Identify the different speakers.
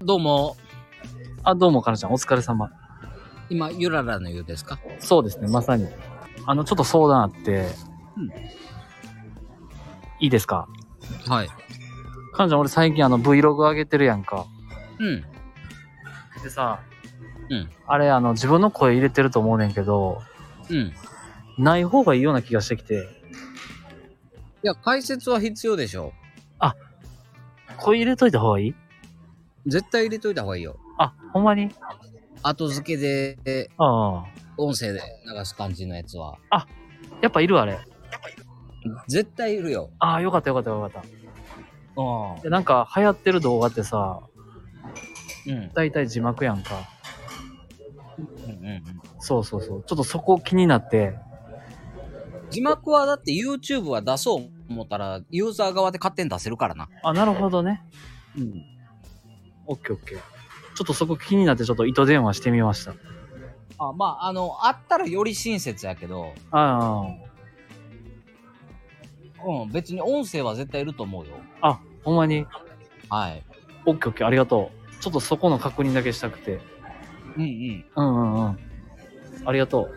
Speaker 1: どうも、
Speaker 2: あ、どうも、かなちゃん、お疲れ様。
Speaker 1: 今、ゆららの湯ですか
Speaker 2: そうですね、まさに。あの、ちょっと相談あって、
Speaker 1: うん
Speaker 2: いいですか
Speaker 1: はい。
Speaker 2: かなちゃん、俺最近あの、Vlog 上げてるやんか。
Speaker 1: うん。
Speaker 2: でさ、
Speaker 1: うん
Speaker 2: あれ、あの、自分の声入れてると思うねんけど、
Speaker 1: うん。い
Speaker 2: ない方がいいような気がしてきて、
Speaker 1: や、解説は必要でしょ。
Speaker 2: 声入れといた方がいいう
Speaker 1: 絶対入れといた方がいいよ。
Speaker 2: あ、ほんまに
Speaker 1: 後付けで、
Speaker 2: ああ。
Speaker 1: 音声で流す感じのやつは。
Speaker 2: やっぱいるあれ。
Speaker 1: 絶対いるよ。
Speaker 2: ああ、よかったよかったよかった。
Speaker 1: あ
Speaker 2: で、なんか、流行ってる動画ってさ、
Speaker 1: うん。うん
Speaker 2: だいたい字幕やんか。
Speaker 1: うん
Speaker 2: そうそうそう。ちょっとそこ気になって、
Speaker 1: うん。字幕はだって YouTube は出そう思ったら、ユーザー側で勝手に出せるからな。
Speaker 2: あ、なるほどね。
Speaker 1: うん。
Speaker 2: オッケーオッケー。ちょっとそこ気になってちょっと糸電話してみました。
Speaker 1: あ、まあ、あの、あったらより親切やけど、
Speaker 2: あ
Speaker 1: うん、別に音声は絶対いると思うよ。
Speaker 2: あ、あ、ほんまに。
Speaker 1: はい。
Speaker 2: オッケーオッケー、ありがとう。ちょっとそこの確認だけしたくて。
Speaker 1: うんうん。
Speaker 2: うんうんうん。ありがとう。